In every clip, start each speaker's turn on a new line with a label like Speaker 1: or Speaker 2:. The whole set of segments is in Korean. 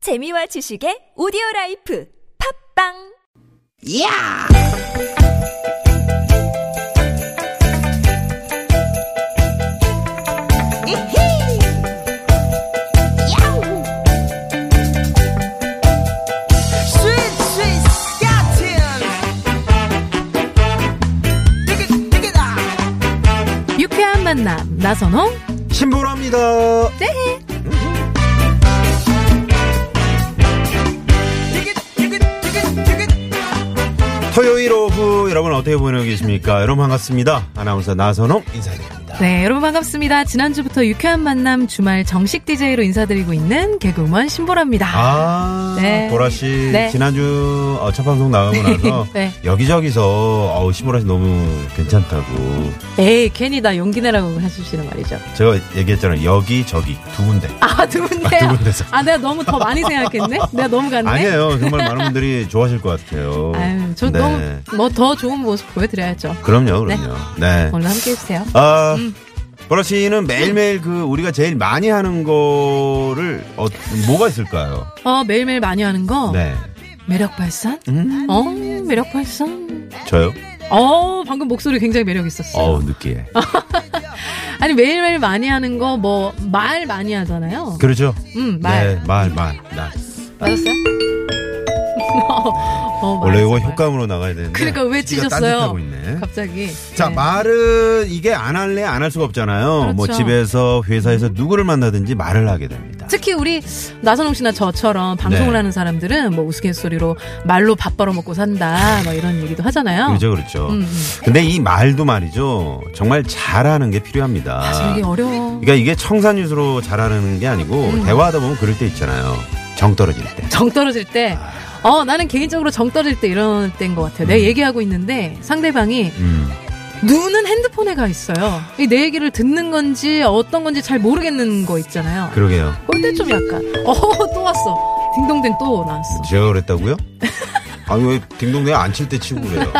Speaker 1: 재미와 지식의 오디오 라이프 팝빵
Speaker 2: 야! 이히! 야우! 스윗, 스윗, 스카틴! 띠깃, 띠깃아!
Speaker 3: 유쾌한 만남 나선홍
Speaker 4: 신보라입니다.
Speaker 2: 띠깃, 띠깃, 띠깃, 띠깃!
Speaker 4: 토요일 오후 여러분 어떻게 보내고 계십니까? 여러분 반갑습니다. 아나운서 나선홍 인사드립니다.
Speaker 3: 네 여러분 반갑습니다 지난주부터 유쾌한 만남 주말 정식 DJ로 인사드리고 있는 개그우먼 신보라입니다
Speaker 4: 아,
Speaker 3: 네.
Speaker 4: 보라 씨
Speaker 3: 네.
Speaker 4: 지난주 어, 첫 방송 나가고 나서
Speaker 3: 네.
Speaker 4: 여기저기서 어우 신보라 씨 너무 괜찮다고
Speaker 3: 에이 괜히 나 용기내라고 해주시는 말이죠
Speaker 4: 제가 얘기했잖아요. 여기 저기 두 군데.
Speaker 3: 아 두 군데요
Speaker 4: 아, 두 군데서.
Speaker 3: 아, 내가 너무 더 많이 생각했네 내가 너무 갔네
Speaker 4: 아니에요. 정말 많은 분들이 좋아하실 것 같아요.
Speaker 3: 아유, 저
Speaker 4: 네.
Speaker 3: 너무 뭐 더 좋은 모습 보여드려야죠
Speaker 4: 그럼요, 그럼요. 네.
Speaker 3: 오늘 함께 해주세요
Speaker 4: 아,
Speaker 3: 음.
Speaker 4: 보라 씨는 매일매일 그 우리가 제일 많이 하는 거를 어, 뭐가 있을까요?
Speaker 3: 어 매일매일 많이 하는 거
Speaker 4: 네.
Speaker 3: 매력 발산
Speaker 4: 음?
Speaker 3: 어 매력 발산
Speaker 4: 저요?
Speaker 3: 어 방금 목소리 굉장히 매력 있었어요
Speaker 4: 어우, 느끼해.
Speaker 3: 아니 매일매일 많이 하는 거 뭐 말 많이 하잖아요
Speaker 4: 그렇죠?
Speaker 3: 음말
Speaker 4: 네, 말, 말. 나.
Speaker 3: 맞았어요? 어,
Speaker 4: 원래 이거
Speaker 3: 맞았어요.
Speaker 4: 효과음으로 나가야 되는데.
Speaker 3: 그러니까 왜
Speaker 4: 시기가
Speaker 3: 찢었어요?
Speaker 4: 딴짓하고 있네.
Speaker 3: 갑자기.
Speaker 4: 자,
Speaker 3: 네.
Speaker 4: 말은 이게 안 할래 안 할 수가 없잖아요. 뭐
Speaker 3: 그렇죠.
Speaker 4: 집에서 회사에서 누구를 만나든지 말을 하게 됩니다.
Speaker 3: 특히 우리 나선홍 씨나 저처럼 방송을
Speaker 4: 네.
Speaker 3: 하는 사람들은 뭐 우스갯소리로 말로 밥 벌어먹고 산다 뭐 이런 얘기도 하잖아요.
Speaker 4: 그렇죠, 그렇죠.
Speaker 3: 음, 음.
Speaker 4: 근데 이 말도 말이죠. 정말 잘하는 게 필요합니다.
Speaker 3: 사실 이게 아, 어려워. 음.
Speaker 4: 그러니까 이게 청산유수로 잘하는 게 아니고 대화하다 보면 그럴 때 있잖아요. 정 떨어질 때.
Speaker 3: 정 떨어질 때,
Speaker 4: 아.
Speaker 3: 어 나는 개인적으로 정 떨어질 때 이런 때인 것 같아요. 내가 얘기하고 있는데 상대방이
Speaker 4: 음.
Speaker 3: 눈은 핸드폰에 가 있어요. 이내 얘기를 듣는 건지 어떤 건지 잘 모르겠는 거 있잖아요.
Speaker 4: 그러게요.
Speaker 3: 그럴 때 좀 약간 어 또 왔어. 딩동댕 또 나왔어.
Speaker 4: 제가 그랬다고요? 아니 왜 딩동댕 안 칠 때 치고 그래요?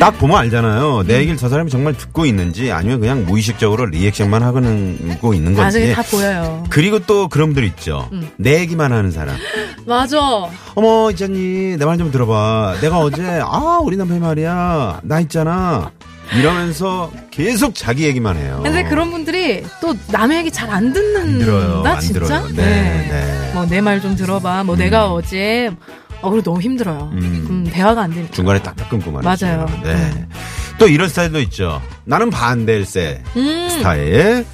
Speaker 4: 딱 보면 알잖아요. 내 얘기를 저 사람이 정말 듣고 있는지 아니면 그냥 무의식적으로 리액션만 하고 있는
Speaker 3: 나중에
Speaker 4: 건지.
Speaker 3: 다 음. 보여요.
Speaker 4: 그리고 또 그런 분들 있죠. 내 얘기만 하는 사람.
Speaker 3: 맞아.
Speaker 4: 어머 이자니 내 말 좀 들어봐. 내가 어제 아 우리 남편이 말이야 나 있잖아 이러면서 계속 자기 얘기만 해요.
Speaker 3: 근데 그런 분들이 또 남의 얘기 잘 안 듣는다
Speaker 4: 안 들어요. 안
Speaker 3: 진짜.
Speaker 4: 들어요. 네, 네.
Speaker 3: 뭐 내 말 좀 들어봐. 뭐 내가 어제 어 그리고 너무 힘들어요. 음.
Speaker 4: 음.
Speaker 3: 대화가 안 되니까.
Speaker 4: 중간에 딱딱 끊고 말이죠.
Speaker 3: 맞아요.
Speaker 4: 네. 또 이런 스타일도 있죠. 나는 반댈세
Speaker 3: 음.
Speaker 4: 스타일.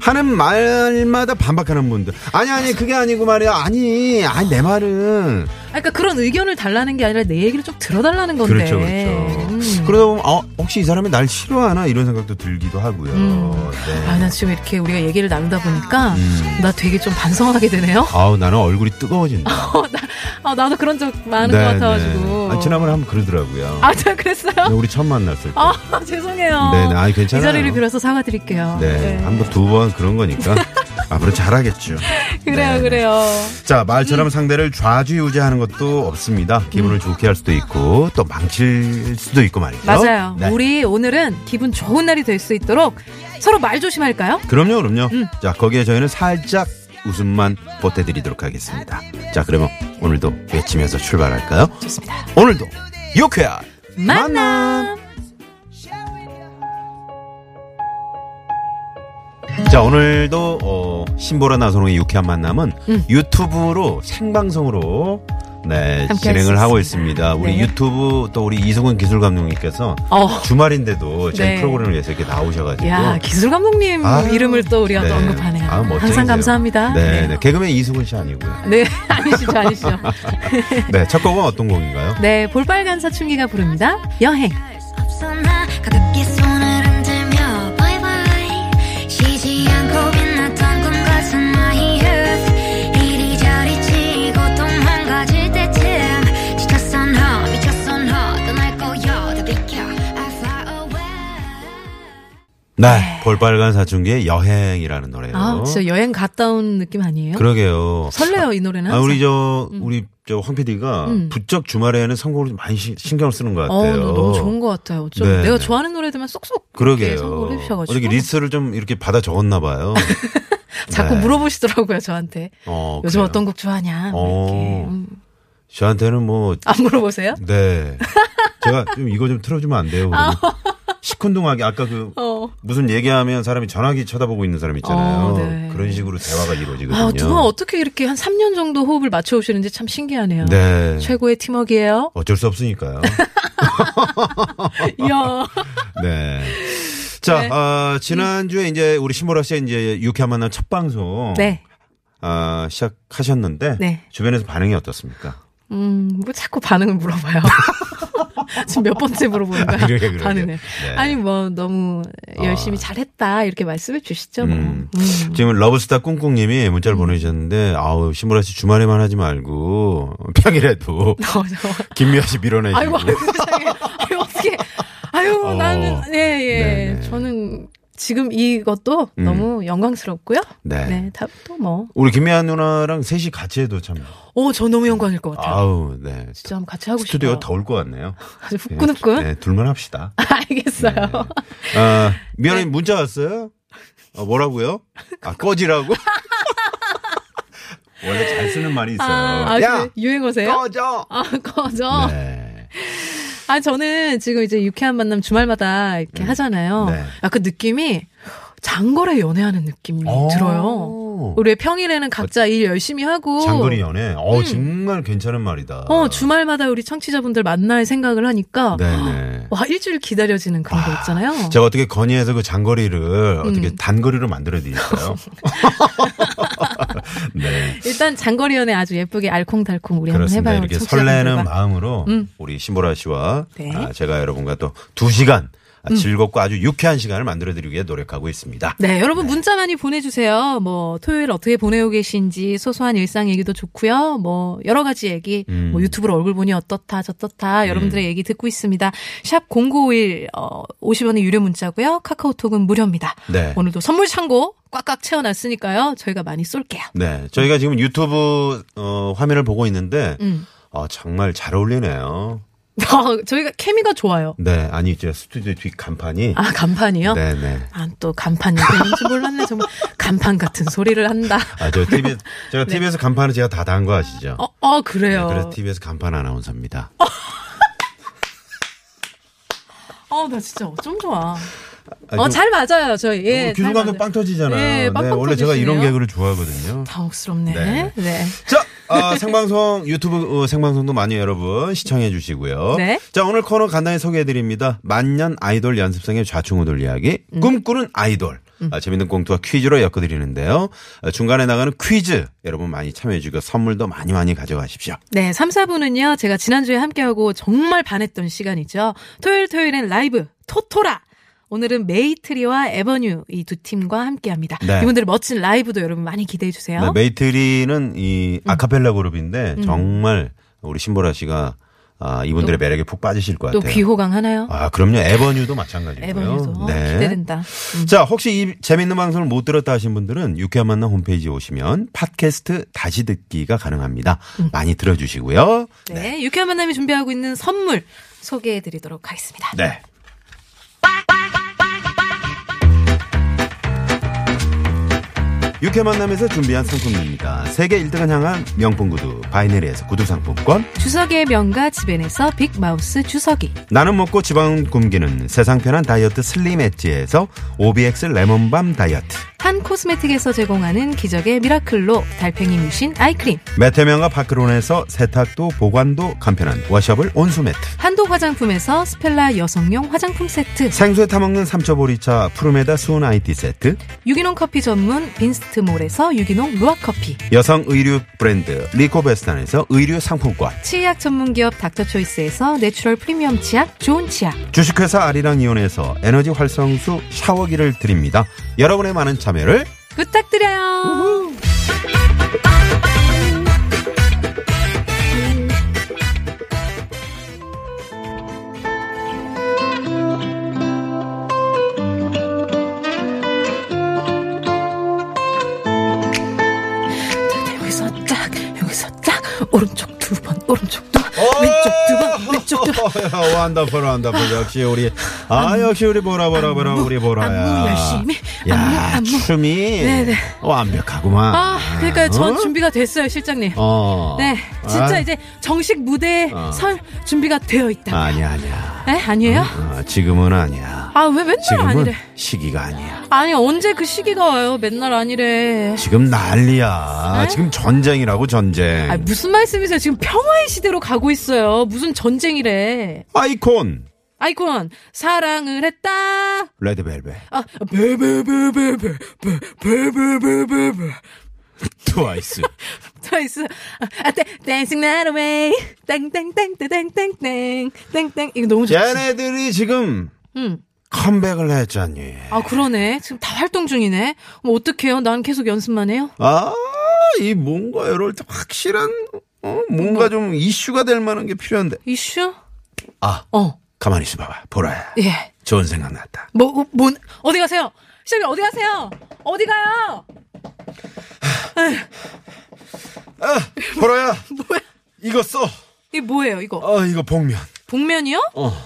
Speaker 4: 하는 말마다 반박하는 분들. 아니 아니 그게 아니고 말이야. 아니 아니 내 말은
Speaker 3: 그러니까 그런 의견을 달라는 게 아니라 내 얘기를 좀 들어달라는 건데.
Speaker 4: 그렇죠 그렇죠.
Speaker 3: 음.
Speaker 4: 그러다 보면 어, 혹시 이 사람이 날 싫어하나 이런 생각도 들기도 하고요.
Speaker 3: 음. 아,
Speaker 4: 네.
Speaker 3: 나 지금 이렇게 우리가 얘기를 나누다 보니까
Speaker 4: 음.
Speaker 3: 나 되게 좀 반성하게 되네요.
Speaker 4: 아우 나는 얼굴이 뜨거워진다.
Speaker 3: 어, 나, 아, 나도 그런 적 많은 것 같아가지고.
Speaker 4: 네, 아, 지난번에 한번 그러더라고요.
Speaker 3: 아, 저 그랬어요?
Speaker 4: 네, 우리 처음 만났을 때.
Speaker 3: 아, 죄송해요.
Speaker 4: 네, 네, 아니, 괜찮아요.
Speaker 3: 이 자리를 빌어서 사과드릴게요.
Speaker 4: 네, 한번 두 번 그런 거니까 앞으로 잘하겠죠.
Speaker 3: 그래요,
Speaker 4: 네, 네.
Speaker 3: 그래요.
Speaker 4: 자, 말처럼 상대를 좌지우지하는 것도 없습니다. 기분을 좋게 할 수도 있고 또 망칠 수도 있고 말이죠.
Speaker 3: 맞아요.
Speaker 4: 네.
Speaker 3: 우리 오늘은 기분 좋은 날이 될 수 있도록 서로 말 조심할까요?
Speaker 4: 그럼요, 그럼요.
Speaker 3: 음.
Speaker 4: 자, 거기에 저희는 살짝 웃음만 보태드리도록 하겠습니다. 자, 그러면 오늘도 외치면서 출발할까요?
Speaker 3: 좋습니다.
Speaker 4: 오늘도 유쾌한
Speaker 3: 만남.
Speaker 4: 자 오늘도 어, 신보라 나선홍의 유쾌한 만남은
Speaker 3: 음.
Speaker 4: 유튜브로 생방송으로 네
Speaker 3: 함께 할수
Speaker 4: 진행을 하고 있습니다. 우리
Speaker 3: 네.
Speaker 4: 유튜브 또 우리 이승훈 기술 감독님께서
Speaker 3: 어.
Speaker 4: 주말인데도 저희
Speaker 3: 네.
Speaker 4: 프로그램을 위해서 이렇게 나오셔가지고
Speaker 3: 야 기술 감독님
Speaker 4: 어. 아.
Speaker 3: 이름을 또 우리가
Speaker 4: 네.
Speaker 3: 또 언급하네요.
Speaker 4: 아, 멋쟁이세요.
Speaker 3: 항상 감사합니다.
Speaker 4: 네, 네. 개그맨 이승훈 씨 아니고요.
Speaker 3: 네, 아니시죠, 아니시죠.
Speaker 4: 네, 첫 곡은 어떤 곡인가요?
Speaker 3: 네, 볼빨간 사춘기가 부릅니다. 여행.
Speaker 5: 없어 나 가볍게 손을 흔들며 bye bye 쉬지 않고 빛났던 꿈 같은 나의 youth 이리저리 치고 또 망가질 때쯤 지쳤어 너 미쳤어 너 떠날 거야 다 비켜 I fly away
Speaker 4: 네, 볼빨간 사춘기의 여행이라는 노래요.
Speaker 3: 아, 진짜 여행 갔다 온 느낌 아니에요?
Speaker 4: 어? 그러게요.
Speaker 3: 설레요, 이 노래는.
Speaker 4: 아,
Speaker 3: 항상.
Speaker 4: 우리 저, 우리 저 황 PD가
Speaker 3: 음.
Speaker 4: 부쩍 주말에는 선곡을 좀 많이 시- 신경을 쓰는 것
Speaker 3: 어,
Speaker 4: 같아요.
Speaker 3: 너무 좋은 것 같아요. 좀
Speaker 4: 네,
Speaker 3: 내가
Speaker 4: 네.
Speaker 3: 좋아하는 노래들만 쏙쏙 이렇게
Speaker 4: 그러게요.
Speaker 3: 선곡을 해주셔가지고.
Speaker 4: 어저께 리스트를 좀 이렇게 받아 적었나 봐요.
Speaker 3: 자꾸
Speaker 4: 네.
Speaker 3: 물어보시더라고요 저한테.
Speaker 4: 어,
Speaker 3: 요즘
Speaker 4: 그래요?
Speaker 3: 어떤 곡 좋아하냐? 뭐
Speaker 4: 어.
Speaker 3: 이렇게 음.
Speaker 4: 저한테는 뭐
Speaker 3: 안 물어보세요?
Speaker 4: 네. 제가 좀 이거 좀 틀어주면 안 돼요.
Speaker 3: 아.
Speaker 4: 그러면 시큰둥하게 아까 그
Speaker 3: 어.
Speaker 4: 무슨 얘기하면 사람이 전화기 쳐다보고 있는 사람 있잖아요.
Speaker 3: 어, 네.
Speaker 4: 그런 식으로 대화가 이루어지거든요.
Speaker 3: 아, 두 분 어떻게 이렇게 한 3년 정도 호흡을 맞춰 오시는지 참 신기하네요.
Speaker 4: 네.
Speaker 3: 최고의 팀워크예요.
Speaker 4: 어쩔 수 없으니까요.
Speaker 3: 이야.
Speaker 4: 네. 자, 어, 지난주에 이제 우리 신보라 씨의 이제 유쾌한 만남 첫 방송
Speaker 3: 네.
Speaker 4: 아, 시작하셨는데
Speaker 3: 네.
Speaker 4: 주변에서 반응이 어떻습니까?
Speaker 3: 음, 뭐 자꾸 반응을 물어봐요. 지금 몇 번째 물어보는 거야?
Speaker 4: 아, 그러게, 그러게.
Speaker 3: 반응을.
Speaker 4: 네.
Speaker 3: 아니 뭐 너무 열심히
Speaker 4: 아.
Speaker 3: 잘했다 이렇게 말씀해 주시죠. 뭐.
Speaker 4: 음.
Speaker 3: 음.
Speaker 4: 지금 러브스타 꿍꿍님이 문자를 보내주셨는데 아우 신보라 씨 주말에만 하지 말고 평일에도
Speaker 3: 어, 저-
Speaker 4: 김미아 씨 밀어내시고
Speaker 3: 아이고, 아이고, 세상에. 아유, 어떻게. 아유,
Speaker 4: 네. 어.
Speaker 3: 나는, 예, 예.
Speaker 4: 네네.
Speaker 3: 저는 지금 이것도
Speaker 4: 음.
Speaker 3: 너무 영광스럽고요.
Speaker 4: 네.
Speaker 3: 다, 또 뭐.
Speaker 4: 우리 김미아 누나랑 셋이 같이 해도 참
Speaker 3: 오, 저 너무 영광일 것 같아요.
Speaker 4: 아우 네
Speaker 3: 진짜 한번 같이 어, 하고
Speaker 4: 스튜디오
Speaker 3: 싶어요.
Speaker 4: 더울 것 같네요.
Speaker 3: 아주 후끈후끈.
Speaker 4: 네, 둘만 합시다.
Speaker 3: 알겠어요.
Speaker 4: 아, 미안해
Speaker 3: 네.
Speaker 4: 문자 왔어요. 아, 뭐라고요? 아 꺼지라고? 원래 잘 쓰는 말이 있어요.
Speaker 3: 아, 아,
Speaker 4: 야
Speaker 3: 그 유행어세요?
Speaker 4: 꺼져.
Speaker 3: 아, 꺼져.
Speaker 4: 네.
Speaker 3: 아, 저는 지금 이제 유쾌한 만남 주말마다 이렇게 하잖아요.
Speaker 4: 네.
Speaker 3: 아, 그 느낌이 장거리 연애하는 느낌이 들어요.
Speaker 4: 오.
Speaker 3: 우리 평일에는 각자 일 열심히 하고. 음.
Speaker 4: 장거리 연애. 어 정말 괜찮은 말이다.
Speaker 3: 어, 주말마다 우리 청취자분들 만날 생각을 하니까
Speaker 4: 네네.
Speaker 3: 와, 일주일 기다려지는 그런 거 있잖아요. 음.
Speaker 4: 제가 어떻게 건의해서 그 장거리를 어떻게 단거리로 만들어 드릴까요? 네.
Speaker 3: 일단 장거리 연애 아주 예쁘게 알콩달콩 우리
Speaker 4: 그렇습니다.
Speaker 3: 한번 해봐요.
Speaker 4: 이렇게
Speaker 3: 청취자분들과.
Speaker 4: 설레는 마음으로
Speaker 3: 음.
Speaker 4: 우리 신보라 씨와
Speaker 3: 네. 음.
Speaker 4: 아, 제가 여러분과 또 두 시간 아, 즐겁고 아주 유쾌한 시간을 만들어 드리기 위해 노력하고 있습니다.
Speaker 3: 네, 여러분 문자 많이 보내주세요. 뭐 토요일 어떻게 보내고 계신지 소소한 일상 얘기도 좋고요. 뭐 여러 가지 얘기,
Speaker 4: 음.
Speaker 3: 뭐 유튜브로 얼굴 보니 어떻다 저떻다 여러분들의 얘기 듣고 있습니다. 샵 #0951 어, 50원의 유료 문자고요. 카카오톡은 무료입니다.
Speaker 4: 네.
Speaker 3: 오늘도 선물 창고 꽉꽉 채워놨으니까요. 저희가 많이 쏠게요.
Speaker 4: 네. 저희가 지금 유튜브 어, 화면을 보고 있는데
Speaker 3: 음.
Speaker 4: 어, 정말 잘 어울리네요.
Speaker 3: 저희가 케미가 좋아요.
Speaker 4: 네. 아니 이제 스튜디오 뒷 간판이
Speaker 3: 아 간판이요?
Speaker 4: 네, 네.
Speaker 3: 아 또 간판 얘기하는지 몰랐네 정말 간판 같은 소리를 한다.
Speaker 4: 아, 저 TV 제가 TV에서 간판을 제가 다 단 거 아시죠?
Speaker 3: 네. 어, 어
Speaker 4: 네,
Speaker 3: 그래요.
Speaker 4: 그래서 TV에서 간판 아나운서입니다.
Speaker 3: 어 나 진짜 어쩜 좋아.
Speaker 4: 아,
Speaker 3: 어,
Speaker 4: 좀-
Speaker 3: 잘 맞아요, 저희. 예.
Speaker 4: 귀
Speaker 3: 잘
Speaker 4: 로 가면
Speaker 3: 맞아요.
Speaker 4: 빵 터지잖아요.
Speaker 3: 예, 빵빵
Speaker 4: 네, 원래 제가
Speaker 3: 터지시네요.
Speaker 4: 이런 개그를 좋아하거든요.
Speaker 3: 당혹스럽네.
Speaker 4: 네.
Speaker 3: 네.
Speaker 4: 자, 아, 생방송 유튜브 어, 생방송도 많이 여러분 시청해 주시고요.
Speaker 3: 네.
Speaker 4: 자, 오늘 코너 간단히 소개해 드립니다. 만년 아이돌 연습생의 좌충우돌 이야기,
Speaker 3: 음.
Speaker 4: 꿈꾸는 아이돌. 아, 재밌는 꽁트와 퀴즈로 엮어 드리는데요. 아, 중간에 나가는 퀴즈 여러분 많이 참여해 주고 선물도 많이 많이 가져가십시오.
Speaker 3: 네, 3, 4부는요, 제가 지난주에 함께하고 정말 반했던 시간이죠. 토요일 토요일엔 라이브, 토토라! 오늘은 메이트리와 에버뉴 이 두 팀과 함께 합니다.
Speaker 4: 네.
Speaker 3: 이분들의 멋진 라이브도 여러분 많이 기대해 주세요.
Speaker 4: 네, 메이트리는 이
Speaker 3: 음.
Speaker 4: 아카펠라 그룹인데 정말 우리 신보라 씨가 아, 이분들의 매력에 푹 빠지실 것
Speaker 3: 또
Speaker 4: 같아요.
Speaker 3: 귀호강 하나요?
Speaker 4: 아, 그럼요. 에버뉴도 마찬가지고요.
Speaker 3: 어?
Speaker 4: 네.
Speaker 3: 에버뉴도 어, 기대된다. 음.
Speaker 4: 자, 혹시 이 재밌는 방송을 못 들었다 하신 분들은 유쾌한 만남 홈페이지에 오시면 팟캐스트 다시 듣기가 가능합니다.
Speaker 3: 음.
Speaker 4: 많이 들어주시고요.
Speaker 3: 네, 유쾌한 만남이 준비하고 있는 선물 소개해 드리도록 하겠습니다.
Speaker 4: 네. 유쾌 만남에서 준비한 상품입니다. 세계 1등을 향한 명품 구두 바이네리에서 구두 상품권
Speaker 3: 주석이의 명가 집엔에서 빅마우스 주석이.
Speaker 4: 나는 먹고 지방 굶기는 세상 편한 다이어트 슬림 엣지에서 오비엑스 레몬밤 다이어트
Speaker 3: 한 코스메틱에서 제공하는 기적의 미라클로 달팽이 뮤신 아이크림
Speaker 4: 매태명과 파크론에서 세탁도 보관도 간편한 워셔블 온수매트
Speaker 3: 한독 화장품에서 스펠라 여성용 화장품 세트
Speaker 4: 생수에 타먹는 삼초보리차 푸르메다 수은 아이티 세트
Speaker 3: 유기농 커피 전문 빈스트몰에서 유기농 루아커피
Speaker 4: 여성 의류 브랜드 리코베스탄에서 의류 상품권
Speaker 3: 치약 전문기업 닥터초이스에서 내추럴 프리미엄 치약 좋은 치약
Speaker 4: 주식회사 아리랑 이온에서 에너지 활성수 샤워기를 드립니다 여러분의 많은 참여를
Speaker 3: 부탁드려요 여기서 딱 여기서 딱 오른쪽 두 번 오른쪽 두 번
Speaker 4: 어!
Speaker 3: 왼쪽 두 번 왼쪽 두번
Speaker 4: 완다포라 완다포 역시 우리 아 역시 우리 보라 보라 보라 우리 보라야
Speaker 3: 안무 열심히
Speaker 4: 야,
Speaker 3: 안무, 안무.
Speaker 4: 춤이
Speaker 3: 네네.
Speaker 4: 완벽하구만.
Speaker 3: 아, 그러니까 전
Speaker 4: 어?
Speaker 3: 준비가 됐어요, 실장님.
Speaker 4: 어.
Speaker 3: 네, 진짜
Speaker 4: 아,
Speaker 3: 이제 정식 무대에
Speaker 4: 어.
Speaker 3: 설 준비가 되어 있다.
Speaker 4: 아니야, 아니야.
Speaker 3: 에? 아니에요?
Speaker 4: 어, 지금은 아니야.
Speaker 3: 아, 왜 맨날
Speaker 4: 지금은
Speaker 3: 아니래?
Speaker 4: 시기가 아니야.
Speaker 3: 아니, 언제 그 시기가 와요? 맨날 아니래.
Speaker 4: 지금 난리야.
Speaker 3: 에?
Speaker 4: 지금 전쟁이라고 전쟁.
Speaker 3: 네? 아, 무슨 말씀이세요? 지금 평화의 시대로 가고 있어요. 무슨 전쟁이래.
Speaker 4: 아이콘
Speaker 3: 아이콘, 사랑을 했다.
Speaker 4: 레드벨벳
Speaker 3: 아, 베베베베베, 베베베베베.
Speaker 4: 트와이스
Speaker 3: 트와이스. 아, 아, 댄- dancing night away. 땡땡땡, 땡땡땡, 땡땡. 이거 너무 좋지.
Speaker 4: 얘네들이 지금
Speaker 3: 응.
Speaker 4: 컴백을 했잖니.
Speaker 3: 아, 그러네. 지금 다 활동 중이네. 그럼 어떡해요? 난 계속 연습만 해요?
Speaker 4: 아, 이 뭔가 이럴 때 확실한 어, 뭔가 좀 이슈가 될 만한 게 필요한데.
Speaker 3: 이슈?
Speaker 4: 아,
Speaker 3: 어,
Speaker 4: 가만히 있어 봐봐. 보라야.
Speaker 3: 예.
Speaker 4: 좋은 생각 났다.
Speaker 3: 뭐, 뭐, 뭔, 어디 가세요? 시장님, 어디 가세요? 어디 가요?
Speaker 4: 아, 보라야.
Speaker 3: 뭐야?
Speaker 4: 이거 써.
Speaker 3: 이게 뭐예요, 이거?
Speaker 4: 어, 이거 복면.
Speaker 3: 복면이요?
Speaker 4: 어.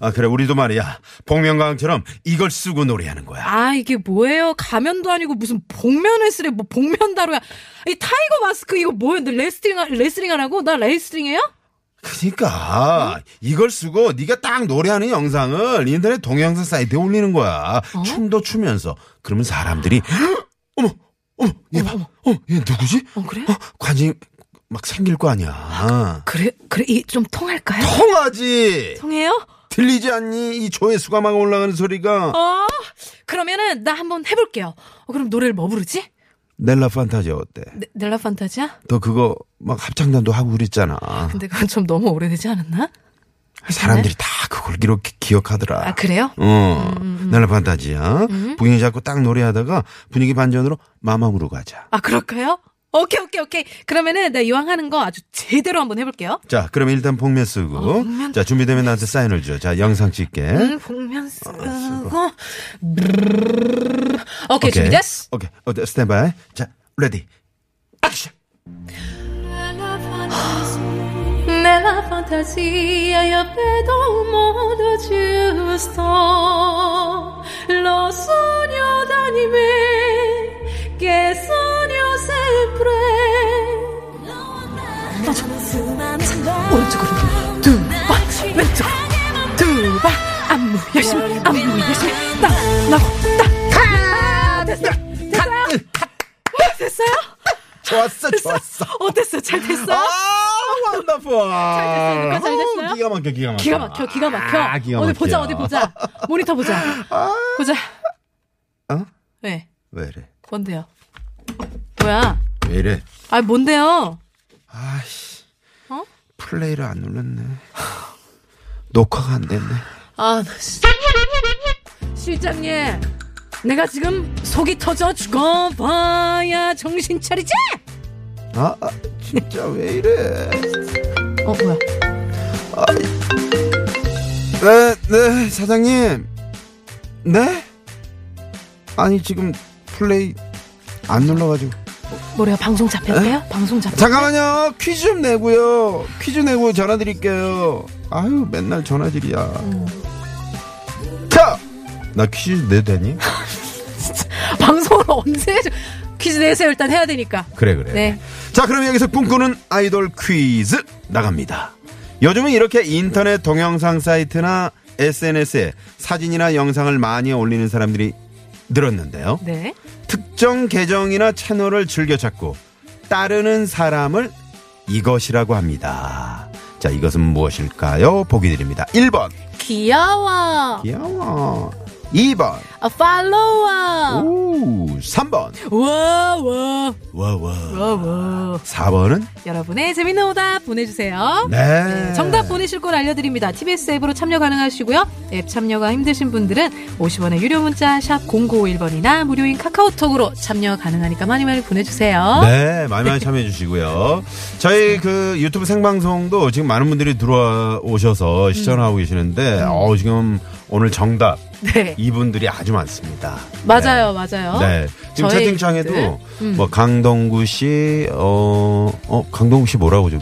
Speaker 4: 아, 그래. 우리도 말이야. 복면가왕처럼 이걸 쓰고 노래하는 거야.
Speaker 3: 아, 이게 뭐예요? 가면도 아니고 무슨 복면을 쓰래. 뭐, 복면 다루야. 이 타이거 마스크 이거 뭐예요? 너 레슬링, 하- 레슬링 하라고? 나 레슬링 해요?
Speaker 4: 그러니까 이걸 쓰고 네가 딱 노래하는 영상을 인터넷 동영상 사이트에 올리는 거야.
Speaker 3: 어?
Speaker 4: 춤도 추면서. 그러면 사람들이 어머, 어머, 얘 봐. 어, 얘 누구지?
Speaker 3: 어, 그래?
Speaker 4: 어, 관심 막 생길 거 아니야.
Speaker 3: 그래, 그래, 이 좀 통할까요?
Speaker 4: 통하지.
Speaker 3: 통해요?
Speaker 4: 들리지 않니? 이 조회수가 막 올라가는 소리가.
Speaker 3: 어, 그러면은 나 한번 해볼게요. 어, 그럼 노래를 뭐 부르지?
Speaker 4: 넬라 판타지아 어때?
Speaker 3: 네, 넬라 판타지야?
Speaker 4: 너 그거 막 합창단도 하고 그랬잖아.
Speaker 3: 근데 그건 좀 너무 오래되지 않았나?
Speaker 4: 사람들이 다 그걸 기록, 기억하더라.
Speaker 3: 아, 그래요?
Speaker 4: 어, 넬라 판타지아.
Speaker 3: 음.
Speaker 4: 분위기 잡고 딱 노래하다가 분위기 반전으로 마마무로 가자.
Speaker 3: 아, 그럴까요? 오케이, 오케이, 오케이. 그러면은 나 이왕 하는 거 아주 제대로 한번 해볼게요.
Speaker 4: 자, 그럼 일단 복면 쓰고. 자, 준비되면 나한테 사인을 줘. 자, 영상 찍게.
Speaker 3: 어, 음, 복면 쓰고. 브르르르르르. 오케이, 준비됐어.
Speaker 4: 오케이. 어, 스탠바이. 자, 레디. 액션!
Speaker 3: Nella fantasia io vedo un mondo giusto, lo sogno da di me, che sogno sempre. 오른쪽으로 두박 왼쪽 두박 안무 열심히 안무 열심히 딱나고딱 됐어 됐어요 와, 됐어요
Speaker 4: 좋았어, 좋았어.
Speaker 3: 어땠어요 잘 됐어요
Speaker 4: 아, 완다풀.
Speaker 3: 잘 됐어요. 이거 잘 됐어요?
Speaker 4: 기가 막혀, 기가 막혀.
Speaker 3: 기가 막혀, 기가 막혀.
Speaker 4: 아, 기가
Speaker 3: 어디
Speaker 4: 막혀. 아.
Speaker 3: 보자, 어디 보자. 모니터 보자. 보자.
Speaker 4: 어?
Speaker 3: 왜?
Speaker 4: 왜 이래?
Speaker 3: 뭔데요? 뭐야?
Speaker 4: 왜 이래?
Speaker 3: 아, 뭔데요?
Speaker 4: 아씨.
Speaker 3: 어?
Speaker 4: 플레이를 안 눌렀네. 녹화가 안 됐네.
Speaker 3: 아, 나 진짜. 실장님, 내가 지금 속이 터져 죽어봐야 정신 차리지?
Speaker 4: 아, 아, 진짜 왜 이래?
Speaker 3: 어, 뭐야?
Speaker 4: 네, 네, 사장님. 네? 아니, 지금 플레이 안 눌러가지고.
Speaker 3: 뭐래요? 방송
Speaker 4: 어?
Speaker 3: 잡혔대요? 방송 잡혔
Speaker 4: 잠깐만요. 퀴즈 좀 내고요. 퀴즈 내고 전화 드릴게요. 아유, 맨날 전화질이야. 자! 나 퀴즈 내도 되니?
Speaker 3: 아, 방송을 언제 해줘? 퀴즈 내세요, 일단 해야 되니까.
Speaker 4: 그래 그래.
Speaker 3: 네.
Speaker 4: 자 그럼 여기서 꿈꾸는 아이돌 퀴즈 나갑니다. 요즘은 이렇게 인터넷 동영상 사이트나 SNS에 사진이나 영상을 많이 올리는 사람들이 늘었는데요.
Speaker 3: 네.
Speaker 4: 특정 계정이나 채널을 즐겨 찾고 따르는 사람을 이것이라고 합니다. 자 이것은 무엇일까요? 보기 드립니다. 1번
Speaker 3: 귀여워.
Speaker 4: 귀여워 2번
Speaker 3: 아, 팔로워.
Speaker 4: 오 3번
Speaker 3: 와, 와.
Speaker 4: 와와
Speaker 3: 와, 와.
Speaker 4: 4번은
Speaker 3: 여러분의 재밌는 오답 보내주세요.
Speaker 4: 네
Speaker 3: 정답 보내실 곳 알려드립니다. TBS 앱으로 참여 가능하시고요. 앱 참여가 힘드신 분들은 50원의 유료 문자 샵 0951번이나 무료인 카카오톡으로 참여 가능하니까 많이 많이 보내주세요.
Speaker 4: 네, 많이 많이 참여해 주시고요. 저희 그 유튜브 생방송도 지금 많은 분들이 들어오셔서 시청하고 계시는데, 어, 지금 오늘 정답
Speaker 3: 음. 네.
Speaker 4: 이분들이 아주 많습니다.
Speaker 3: 맞아요, 맞아요.
Speaker 4: 네. 네. 지금
Speaker 3: 어? 저희
Speaker 4: 채팅창에도
Speaker 3: 그, 음.
Speaker 4: 뭐 강동구 씨, 어, 어, 강동구 씨 뭐라고 좀,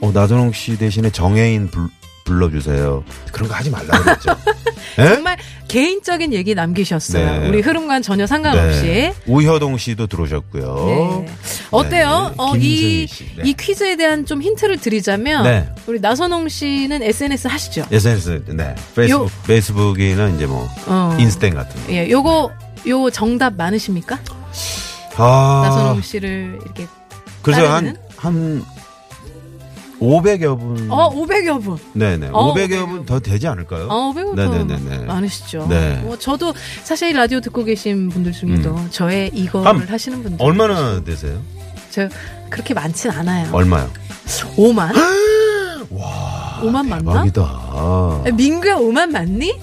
Speaker 4: 어, 나선홍 씨 대신에 정혜인 불, 불러주세요. 그런 거 하지 말라고 그랬죠. 예?
Speaker 3: 정말 개인적인 얘기 남기셨어요.
Speaker 4: 네.
Speaker 3: 우리 흐름과는 전혀 상관없이.
Speaker 4: 네. 우효동 씨도 들어오셨고요.
Speaker 3: 네. 어때요?
Speaker 4: 네,
Speaker 3: 어,
Speaker 4: 김승희
Speaker 3: 이,
Speaker 4: 씨. 네.
Speaker 3: 이 퀴즈에 대한 좀 힌트를 드리자면,
Speaker 4: 네.
Speaker 3: 우리 나선홍 씨는 SNS 하시죠?
Speaker 4: SNS, 네. 페이스북,
Speaker 3: 요-
Speaker 4: 페이스북이나 이제 뭐,
Speaker 3: 어.
Speaker 4: 인스탱 같은 거.
Speaker 3: 예, 요거, 요 정답 많으십니까?
Speaker 4: 아,
Speaker 3: 나선홍 씨를 이렇게.
Speaker 4: 그래서 한,
Speaker 3: 따르는?
Speaker 4: 한, 500여 분.
Speaker 3: 어, 500여 분.
Speaker 4: 네네.
Speaker 3: 어,
Speaker 4: 500여
Speaker 3: 500여
Speaker 4: 분 더 되지 않을까요?
Speaker 3: 어, 500여
Speaker 4: 네네네네.
Speaker 3: 분. 많으시죠?
Speaker 4: 네.
Speaker 3: 어, 저도 사실 라디오 듣고 계신 분들 중에도 저의 이거를
Speaker 4: 감,
Speaker 3: 하시는 분들.
Speaker 4: 음. 얼마나 되세요?
Speaker 3: 저 그렇게 많진 않아요.
Speaker 4: 얼마요?
Speaker 3: 5만? 와. 5만 맞나?
Speaker 4: 대박이다.
Speaker 3: 아, 민규야 5만 맞니?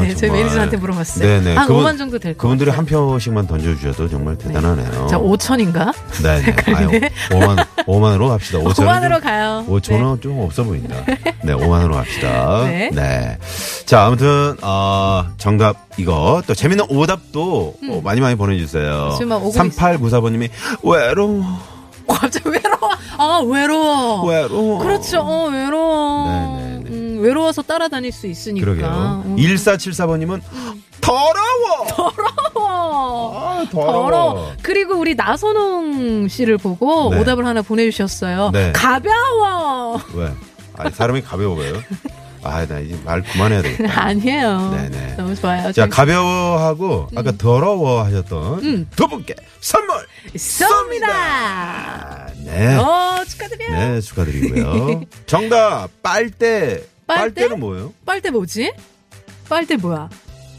Speaker 3: 네, 저희
Speaker 4: 아, 정말.
Speaker 3: 매니저한테 물어봤어요.
Speaker 4: 네네.
Speaker 3: 한
Speaker 4: 그분-
Speaker 3: 5만 정도 될 것
Speaker 4: 그분들이 어.
Speaker 3: 같아요.
Speaker 4: 한 표씩만 던져주셔도 정말 대단하네요.
Speaker 3: 자, 5천인가?
Speaker 4: 네, 네. 아유, 5만, 5만으로 갑시다. 5천
Speaker 3: 5만으로 가요.
Speaker 4: 5천원 좀 없어 보인다. 네, 5만으로 갑시다.
Speaker 3: 네.
Speaker 4: 네. 자, 아무튼, 어, 정답 이거. 또 재밌는 오답도 어, 많이 많이 보내주세요.
Speaker 3: 음. 지금 막 오고
Speaker 4: 3894번님이 외로워,
Speaker 3: 네. 갑자기 외로워. 아, 외로워.
Speaker 4: 외로워.
Speaker 3: 그렇죠. 어, 외로워.
Speaker 4: 네, 네, 네.
Speaker 3: 음, 외로워서 따라다닐 수 있으니까.
Speaker 4: 그러게요.
Speaker 3: 음.
Speaker 4: 1474번님은 더러워!
Speaker 3: 더러워.
Speaker 4: 아,
Speaker 3: 더러워. 그리고 우리 나선홍 씨를 보고
Speaker 4: 네.
Speaker 3: 오답을 하나 보내주셨어요.
Speaker 4: 네.
Speaker 3: 가벼워.
Speaker 4: 왜? 아니, 사람이 가벼워 보여요? 아, 나 이제 말 그만해야 되겠다.
Speaker 3: 아니에요.
Speaker 4: 네, 네.
Speaker 3: 너무 좋아요. 음.
Speaker 4: 자,
Speaker 3: 지금
Speaker 4: 가벼워하고 아까 더러워 하셨던
Speaker 3: 음.
Speaker 4: 두 분께 선물!
Speaker 3: 쏩니다.
Speaker 4: 아, 네.
Speaker 3: 어, 축하드려요.
Speaker 4: 네, 축하드리고요. 정답, 빨대.
Speaker 3: 빨대?
Speaker 4: 빨대? 는 뭐예요?
Speaker 3: 빨대 뭐지? 빨대 뭐야?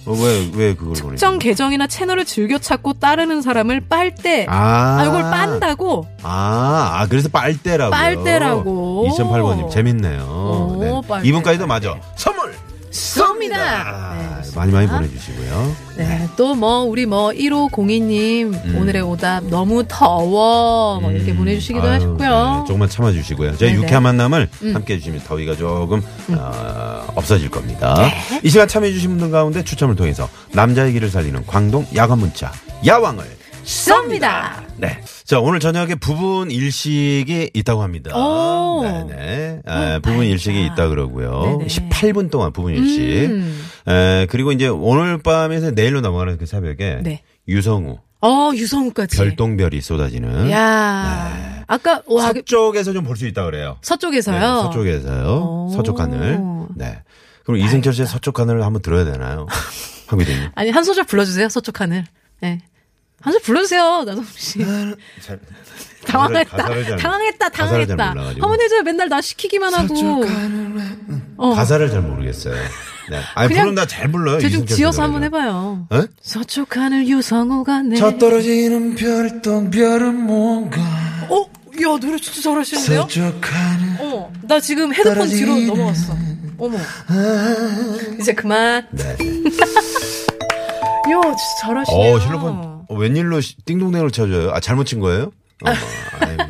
Speaker 4: 어, 왜, 왜 그걸 보내요?
Speaker 3: 특정 계정이나 채널을 즐겨 찾고 따르는 사람을 빨대. 아,
Speaker 4: 아,
Speaker 3: 이걸 빤다고?
Speaker 4: 아, 아, 그래서 빨대라고.
Speaker 3: 빨대라고.
Speaker 4: 2008번님,
Speaker 3: 오,
Speaker 4: 재밌네요.
Speaker 3: 빨대,
Speaker 4: 이분까지도
Speaker 3: 빨대.
Speaker 4: 맞아. 선물!
Speaker 3: 쏩니다. 네,
Speaker 4: 아,
Speaker 3: 그렇습니다.
Speaker 4: 많이 많이 보내주시고요.
Speaker 3: 네, 또 뭐, 우리 뭐, 1502님,
Speaker 4: 음.
Speaker 3: 오늘의 오답, 너무 더워. 뭐 이렇게
Speaker 4: 음,
Speaker 3: 보내주시기도
Speaker 4: 아유,
Speaker 3: 하셨고요.
Speaker 4: 네, 조금만 참아주시고요. 저희
Speaker 3: 네네. 음.
Speaker 4: 유쾌한 만남을 함께 해주시면 더위가 조금 어, 없어질 겁니다.
Speaker 3: 네.
Speaker 4: 이 시간 참여해주신 분들 가운데 추첨을 통해서 남자의 길을 살리는 광동 야간 문자 야왕을
Speaker 3: 쏩니다.
Speaker 4: 네. 자, 오늘 저녁에 부분 일식이 있다고 합니다.
Speaker 3: 오. 어,
Speaker 4: 네네. 아, 부분 일식이 있다 그러고요.
Speaker 3: 네네.
Speaker 4: 18분 동안 부분 일식.
Speaker 3: 음.
Speaker 4: 에, 그리고 이제 오늘 밤에서 내일로 넘어가는 그 새벽에
Speaker 3: 네.
Speaker 4: 유성우
Speaker 3: 어, 유성우까지.
Speaker 4: 별똥별이 쏟아지는
Speaker 3: 야 아까, 와,
Speaker 4: 네.
Speaker 3: 그
Speaker 4: 서쪽에서 좀 볼 수 있다 그래요.
Speaker 3: 서쪽에서요.
Speaker 4: 네, 서쪽에서요.
Speaker 3: 오.
Speaker 4: 서쪽 하늘. 네. 그럼 이승철 씨의 서쪽 하늘을 한번 들어야 되나요? 하고 있요
Speaker 3: 아니, 한 소절 불러주세요, 서쪽 하늘. 네. 한 소절 불러주세요, 나성씨.
Speaker 4: 잘
Speaker 3: 당황했다.
Speaker 4: 아, 가사를 잘-
Speaker 3: 당황했다.
Speaker 4: 가사를 잘
Speaker 3: 당황했다.
Speaker 4: 몰라가지고.
Speaker 3: 한번 해줘요. 맨날 나 시키기만 하고. 어.
Speaker 4: 가사를 잘 모르겠어요. 네. 아니
Speaker 3: 그냥
Speaker 4: 부른 다잘 불러요.
Speaker 3: 제좀
Speaker 4: 이승철 씨
Speaker 3: 지어서 한번
Speaker 4: 노래를.
Speaker 3: 해봐요.
Speaker 4: 어?
Speaker 3: 서쪽 하늘 유성우가 내.
Speaker 2: 저 떨어지는 별똥별은 뭔가
Speaker 3: 어? 야, 노래 진짜 잘하시는데요?
Speaker 2: 부족한
Speaker 3: 어. 나 지금 헤드폰 뒤로
Speaker 2: 떨어지는-
Speaker 3: 넘어갔어. 어머. 이제 그만.
Speaker 4: 아. 네.
Speaker 3: 야, 진짜 잘하시네요.
Speaker 4: 어 실로폰 어, 웬일로 시- 띵동댕을 쳐줘요? 아 잘못 친 거예요? 어, 아이고, 정말.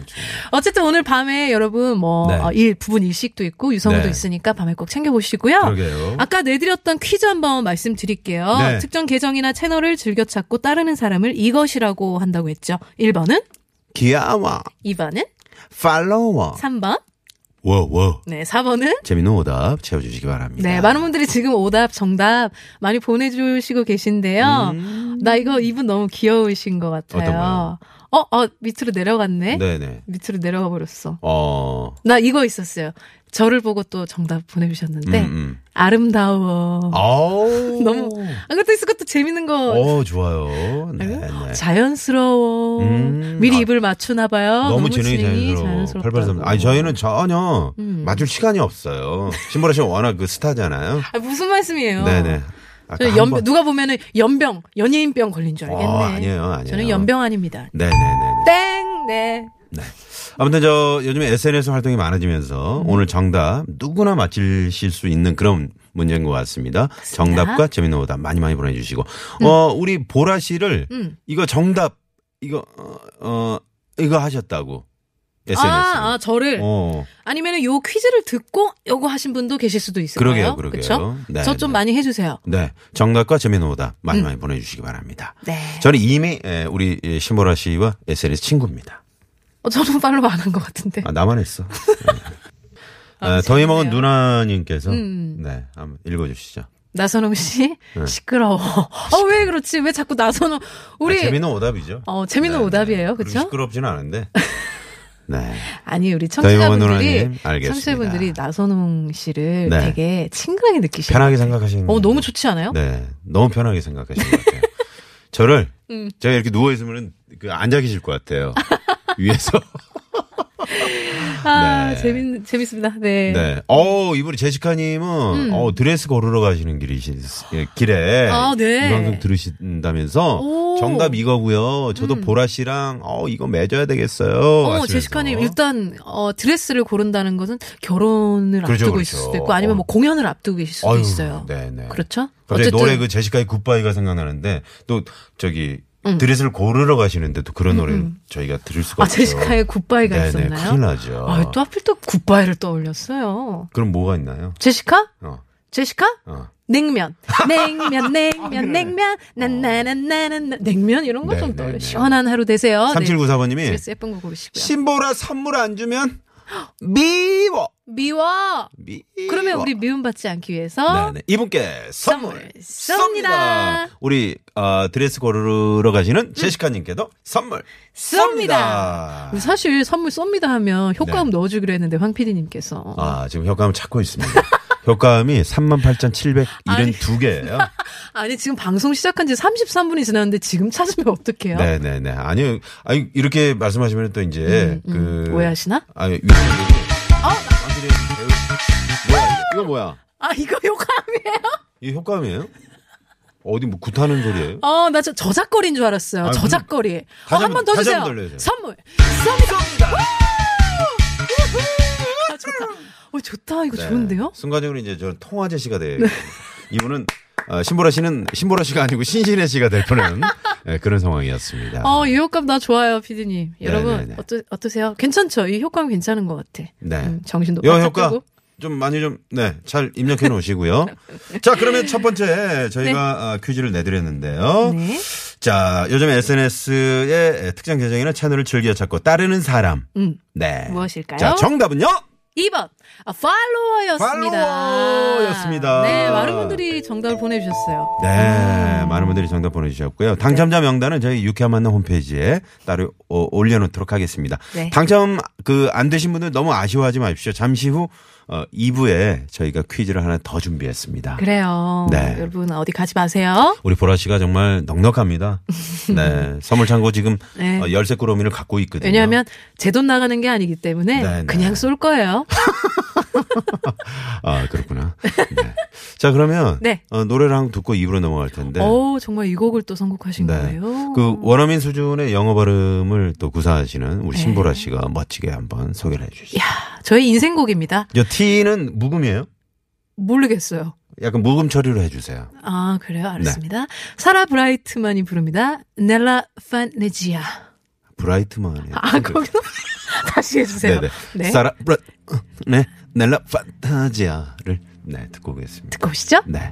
Speaker 3: 어쨌든 오늘 밤에 여러분 뭐
Speaker 4: 네.
Speaker 3: 어, 일 부분 일식도 있고 유성우도
Speaker 4: 네.
Speaker 3: 있으니까 밤에 꼭 챙겨 보시고요.
Speaker 4: 그러게요.
Speaker 3: 아까 내드렸던 퀴즈 한번 말씀드릴게요.
Speaker 4: 네.
Speaker 3: 특정 계정이나 채널을 즐겨 찾고 따르는 사람을 이것이라고 한다고 했죠. 1번은,
Speaker 4: 귀여워.
Speaker 3: 2번은,
Speaker 4: 팔로워.
Speaker 3: 3번,
Speaker 4: 워워.
Speaker 3: 네, 4번은
Speaker 4: 재밌는 오답 채워주시기 바랍니다.
Speaker 3: 네, 많은 분들이 지금 오답, 정답 많이 보내주시고 계신데요. 나 이거 이분 너무 귀여우신 것
Speaker 4: 음. 어떤
Speaker 3: 같아요.
Speaker 4: 거요?
Speaker 3: 어, 어, 밑으로 내려갔네.
Speaker 4: 네네.
Speaker 3: 밑으로 내려가 버렸어.
Speaker 4: 어.
Speaker 3: 나 이거 있었어요. 저를 보고 또 정답 보내주셨는데,
Speaker 4: 음, 음.
Speaker 3: 아름다워.
Speaker 4: 아우.
Speaker 3: 너무, 아, 그것도 있을 것도 재밌는 거.
Speaker 4: 어 좋아요. 네, 네.
Speaker 3: 자연스러워.
Speaker 4: 음.
Speaker 3: 미리
Speaker 4: 아,
Speaker 3: 입을 맞추나 봐요.
Speaker 4: 너무 진행이
Speaker 3: 아, 자연스럽다고. 음.
Speaker 4: 자연스러워. 883. 아니, 저희는 전혀 맞출 시간이 없어요. 신보라 씨는 워낙 그 스타잖아요.
Speaker 3: 아, 무슨 말씀이에요?
Speaker 4: 네네.
Speaker 3: 저
Speaker 4: 아까 한
Speaker 3: 연,
Speaker 4: 번-
Speaker 3: 누가 보면은 연병, 연예인병 걸린 줄 알겠네.
Speaker 4: 어, 아니에요, 아니에요.
Speaker 3: 저는 연병 아닙니다.
Speaker 4: 네네네네.
Speaker 3: 땡, 네.
Speaker 4: 아무튼 저 요즘에 SNS 활동이
Speaker 3: 음.
Speaker 4: 많아지면서 오늘 정답 누구나 맞히실 수 있는 그런 문제인 것 같습니다. 정답과 재밌는 오답 많이 많이 보내주시고 어 우리 보라 씨를
Speaker 3: 음.
Speaker 4: 이거 정답 이거 어, 어 이거 하셨다고 SNS.
Speaker 3: 아, 아, 저를.
Speaker 4: 어
Speaker 3: 아니면은 요 퀴즈를 듣고 요거 하신 분도 계실 수도 있을
Speaker 4: 그러게요,
Speaker 3: 거예요.
Speaker 4: 그러게요.
Speaker 3: 그쵸?
Speaker 4: 네,
Speaker 3: 저좀
Speaker 4: 네.
Speaker 3: 많이 해주세요.
Speaker 4: 네. 정답과 재미는 오다 많이 많이 보내주시기 바랍니다.
Speaker 3: 음. 네.
Speaker 4: 저는 이미 에, 우리 이 신보라 씨와 SNS 친구입니다.
Speaker 3: 어, 저는 팔로우 안한 것 같은데.
Speaker 4: 아, 나만 했어. 어, 더위 먹은 누나님께서
Speaker 3: 음.
Speaker 4: 네 한번 읽어주시죠.
Speaker 3: 나선홍 씨
Speaker 4: 네.
Speaker 3: 시끄러워. 어 왜 그렇지? 왜 자꾸 나선홍 우리
Speaker 4: 아, 재미있는 오답이죠.
Speaker 3: 어 재밌는
Speaker 4: 네,
Speaker 3: 오답이에요,
Speaker 4: 네.
Speaker 3: 그렇죠?
Speaker 4: 그리고 시끄럽지는 않은데. 네.
Speaker 3: 아니 우리
Speaker 4: 더이용원
Speaker 3: 청취자분들이
Speaker 4: 누나님, 알겠습니다.
Speaker 3: 청취자분들이 나선홍 씨를
Speaker 4: 네.
Speaker 3: 되게 친근하게 느끼시는.
Speaker 4: 편하게 생각하시는.
Speaker 3: 어 너무 좋지 않아요?
Speaker 4: 네. 너무 편하게 생각하시는 것 같아요. 저를
Speaker 3: 음.
Speaker 4: 제가 이렇게 누워 있으면은 그 앉아 계실 것 같아요. 위에서.
Speaker 3: 아
Speaker 4: 네.
Speaker 3: 재밌 재밌습니다. 네. 음.
Speaker 4: 네. 어 이번에 제시카님은 어 드레스 걸으러 가시는 길이 길에
Speaker 3: 아, 네.
Speaker 4: 이 방송 들으신다면서
Speaker 3: 오. 음.
Speaker 4: 정답 이거고요. 저도 보라 씨랑 어 이거 맺어야 되겠어요.
Speaker 3: 어
Speaker 4: 하시면서.
Speaker 3: 제시카님 일단 어 드레스를 고른다는 것은 결혼을
Speaker 4: 그렇죠,
Speaker 3: 앞두고
Speaker 4: 그렇죠.
Speaker 3: 있을 수도 있고 아니면 뭐 공연을 앞두고 계실 수도
Speaker 4: 아유,
Speaker 3: 있어요.
Speaker 4: 네네.
Speaker 3: 그렇죠?
Speaker 4: 갑자기 노래 그 제시카의 굿바이가 생각나는데 또 저기 드레스를 고르러 가시는데 또 그런 노래 를 저희가 들을
Speaker 3: 음.
Speaker 4: 수가
Speaker 3: 아
Speaker 4: 없죠.
Speaker 3: 제시카의 굿바이가
Speaker 4: 그렇죠. 네네,
Speaker 3: 있었나요?
Speaker 4: 큰일 나죠.
Speaker 3: 아유, 또 하필 또 굿바이를 떠올렸어요.
Speaker 4: 그럼 뭐가 있나요?
Speaker 3: 제시카?
Speaker 4: 어,
Speaker 3: 제시카?
Speaker 4: 어.
Speaker 3: 냉면. 냉면, 냉면, 냉면. 난나나나나 냉면 이런 거 좀
Speaker 4: 아, 네, 네,
Speaker 3: 떠올려.
Speaker 4: 네.
Speaker 3: 시원한 하루 되세요. 네.
Speaker 4: 3794번님이
Speaker 3: 드레스 예쁜 거 고르시고요.
Speaker 4: 신보라 선물 안 주면 미워.
Speaker 3: 미워.
Speaker 4: 미워.
Speaker 3: 그러면 우리 뭐? 미움받지 않기 위해서
Speaker 4: 네네. 이분께 선물
Speaker 3: 선물
Speaker 4: 쏩니다.
Speaker 3: 쏩니다.
Speaker 4: 우리 어, 드레스 고르러 가시는 제시카님께도 선물
Speaker 3: 음. 쏩니다.
Speaker 4: 쏩니다.
Speaker 3: 사실 선물 쏩니다 하면 효과음
Speaker 4: 네.
Speaker 3: 넣어주기로 했는데 황 PD님께서 아,
Speaker 4: 아 지금 효과음 찾고 있습니다. 효과음이 38,772개예요.
Speaker 3: 니 지금 방송 시작한 지 33분이 지났는데 지금 찾으면 어떡해요?
Speaker 4: 네네네. 아니요. 아니 이렇게 말씀하시면 또 이제
Speaker 3: 음, 음,
Speaker 4: 그
Speaker 3: 오해하시나?
Speaker 4: 아니 위. 어? 뭐야 이거? 이거 뭐야?
Speaker 3: 아 이거 효과음이에요?
Speaker 4: 이게 효과음이에요? 어디 뭐 구타는 소리예요?
Speaker 3: 어, 나 저 저작거리인 줄 알았어요.
Speaker 4: 아,
Speaker 3: 저작거리.
Speaker 4: 다시
Speaker 3: 어,
Speaker 4: 한
Speaker 3: 한 번 더
Speaker 4: 다시
Speaker 3: 주세요.
Speaker 4: 한번 돌려주세요.
Speaker 3: 선물. 쏩니다. 아, 좋다. 어, 좋다. 이거
Speaker 4: 네.
Speaker 3: 좋은데요? 네.
Speaker 4: 순간적으로 이제 저 통화 제시가 돼요. 이분은 어, 신보라 씨는 신보라 씨가 아니고 신신혜 씨가 될 뻔한 네, 그런 상황이었습니다.
Speaker 3: 어, 이 효과음 나 좋아요, 피디님.
Speaker 4: 네, 네,
Speaker 3: 여러분,
Speaker 4: 네.
Speaker 3: 어떠, 어떠세요? 괜찮죠? 이 효과음 괜찮은 것 같아.
Speaker 4: 네.
Speaker 3: 음, 정신도
Speaker 4: 요
Speaker 3: 바짝
Speaker 4: 효과
Speaker 3: 뜨고.
Speaker 4: 좀 많이 좀 네 잘 입력해 놓으시고요. 자 그러면 첫 번째 저희가 어, 퀴즈를 내드렸는데요.
Speaker 3: 네.
Speaker 4: 자 요즘 SNS의 특정 계정이나 채널을 즐겨 찾고 따르는 사람.
Speaker 3: 음.
Speaker 4: 네.
Speaker 3: 무엇일까요?
Speaker 4: 자 정답은요.
Speaker 3: 2번. 아, 팔로워였습니다.
Speaker 4: 팔로워였습니다.
Speaker 3: 네, 많은 분들이 정답을 보내주셨어요. 음.
Speaker 4: 네, 많은 분들이 정답
Speaker 3: 네.
Speaker 4: 보내주셨고요. 당첨자 명단은 저희 유쾌한 만남 홈페이지에 따로 어, 올려놓도록 하겠습니다.
Speaker 3: 네.
Speaker 4: 당첨 그 안 되신 분들 너무 아쉬워하지 마십시오. 잠시 후 어, 2부에 저희가 퀴즈를 하나 더 준비했습니다.
Speaker 3: 그래요.
Speaker 4: 네.
Speaker 3: 여러분, 어디 가지 마세요.
Speaker 4: 우리 보라 씨가 정말 넉넉합니다. 네, 선물 창고 지금
Speaker 3: 네.
Speaker 4: 어, 열쇠 꾸러미를 갖고 있거든요.
Speaker 3: 왜냐하면 제 돈 나가는 게 아니기 때문에
Speaker 4: 네, 네.
Speaker 3: 그냥 쏠 거예요.
Speaker 4: 아 그렇구나. 네. 자 그러면
Speaker 3: 네.
Speaker 4: 어, 노래를 한 곡 듣고 2부로 넘어갈 텐데.
Speaker 3: 어 정말 이 곡을 또 선곡하신
Speaker 4: 네.
Speaker 3: 거예요.
Speaker 4: 그 원어민 수준의 영어 발음을 또 구사하시는 우리
Speaker 3: 네.
Speaker 4: 신보라 씨가 멋지게 한번 소개를 해주시죠.
Speaker 3: 야, 저의 인생곡입니다.
Speaker 4: 저 T는 묵음이에요?
Speaker 3: 모르겠어요.
Speaker 4: 약간 묵음 처리로 해주세요.
Speaker 3: 아,
Speaker 4: 네.
Speaker 3: 그래요? 알았습니다. 사라 브라이트만이 부릅니다. 넬라 파네지아.
Speaker 4: 브라이트만의
Speaker 3: 아, 거기서 다시 해주세요.
Speaker 4: 네. 네네.
Speaker 3: 네.
Speaker 4: 사라 브라 어, 네 넬라 판타지아를 네 듣고 오겠습니다.
Speaker 3: 듣고 오시죠?
Speaker 4: 네.